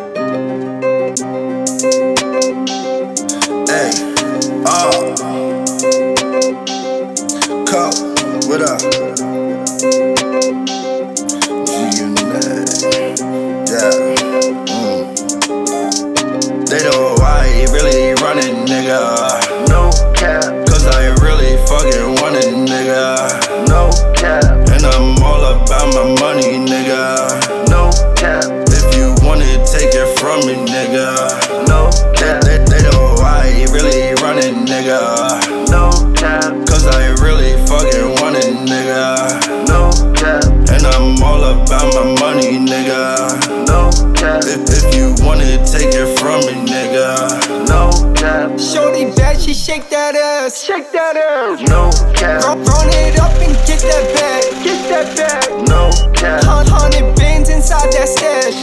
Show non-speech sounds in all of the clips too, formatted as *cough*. ah. They know I really run it, nigga. No cap, Cause I really fucking want it, nigga. no cap, And I'm all about my money, nigga. no cap, If you want it, take it from me, nigga. no They, cap, they, they know I really run it, nigga. no cap, Cause I really fucking want it, nigga. no cap, And I'm all about my money, nigga. no cap, If, if you want it, take it from me, nigga. no cap, Shorty bad, she shake that ass. Shake that ass. no cap, Run, run it up and get that bag. Get that bag. no cap, Hun- Hundred bands inside that stash.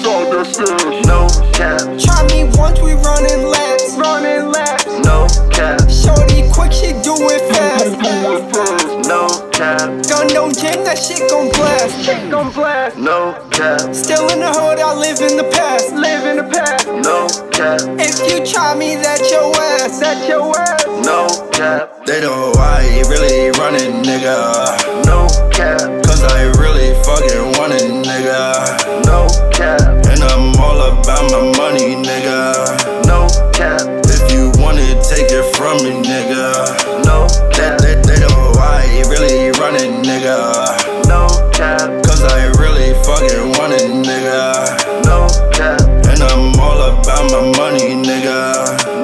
no cap, Try me once, we running laps. Running laps. no cap, Shorty quick, she do it fast. no cap, Gun no jam, that shit gon' blast. Shit gon' blast. no cap, Still in the hood, I live in the past. Live in the past. no cap, If you try me, that's your ass. That's your ass. no cap, They know I really run it, nigga. no cap, Cause I really fucking want it, nigga. no cap, And I'm all about my money, nigga. no cap, If you want it, take it from me, nigga. no They, cap, they, they know I really run it, nigga. no cap, Cause I really fucking want it, nigga. no cap, And I'm all about my money, nigga.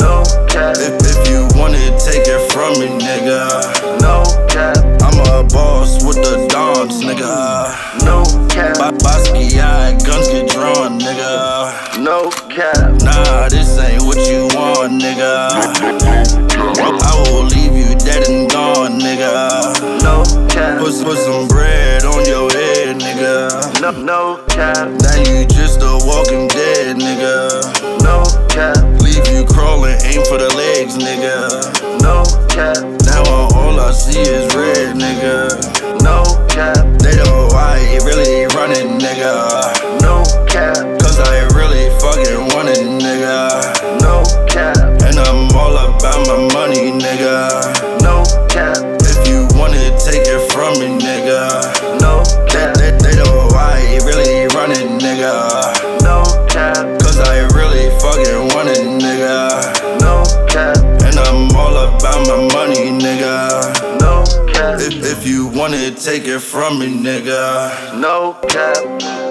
no cap, If, if you want it, take it from me, nigga. no cap, I'm a boss with the dons, nigga. no cap, Ba- Basquiat, guns get drawn, nigga. no cap, Nah, this ain't what you want, *laughs* nigga. I will leave you dead and gone, nigga. no cap, Put, put some bread on your head, nigga. no no cap, Now you just a walking dead, nigga. no cap, Leave you crawling, aim for the legs, nigga. no cap, Now all- all I see is red, nigga. no cap, They know I really run it, nigga. no cap, Cause I really fucking want it, nigga. no cap, And I'm all about my money, nigga. no cap, If you want it, take it from me, nigga. no They, cap, they, they know I really run it, nigga. no cap, Cause I really fucking want it, nigga. no cap, And I'm all about my money, nigga. no cap, If, if you want it, take it from me, nigga. no cap.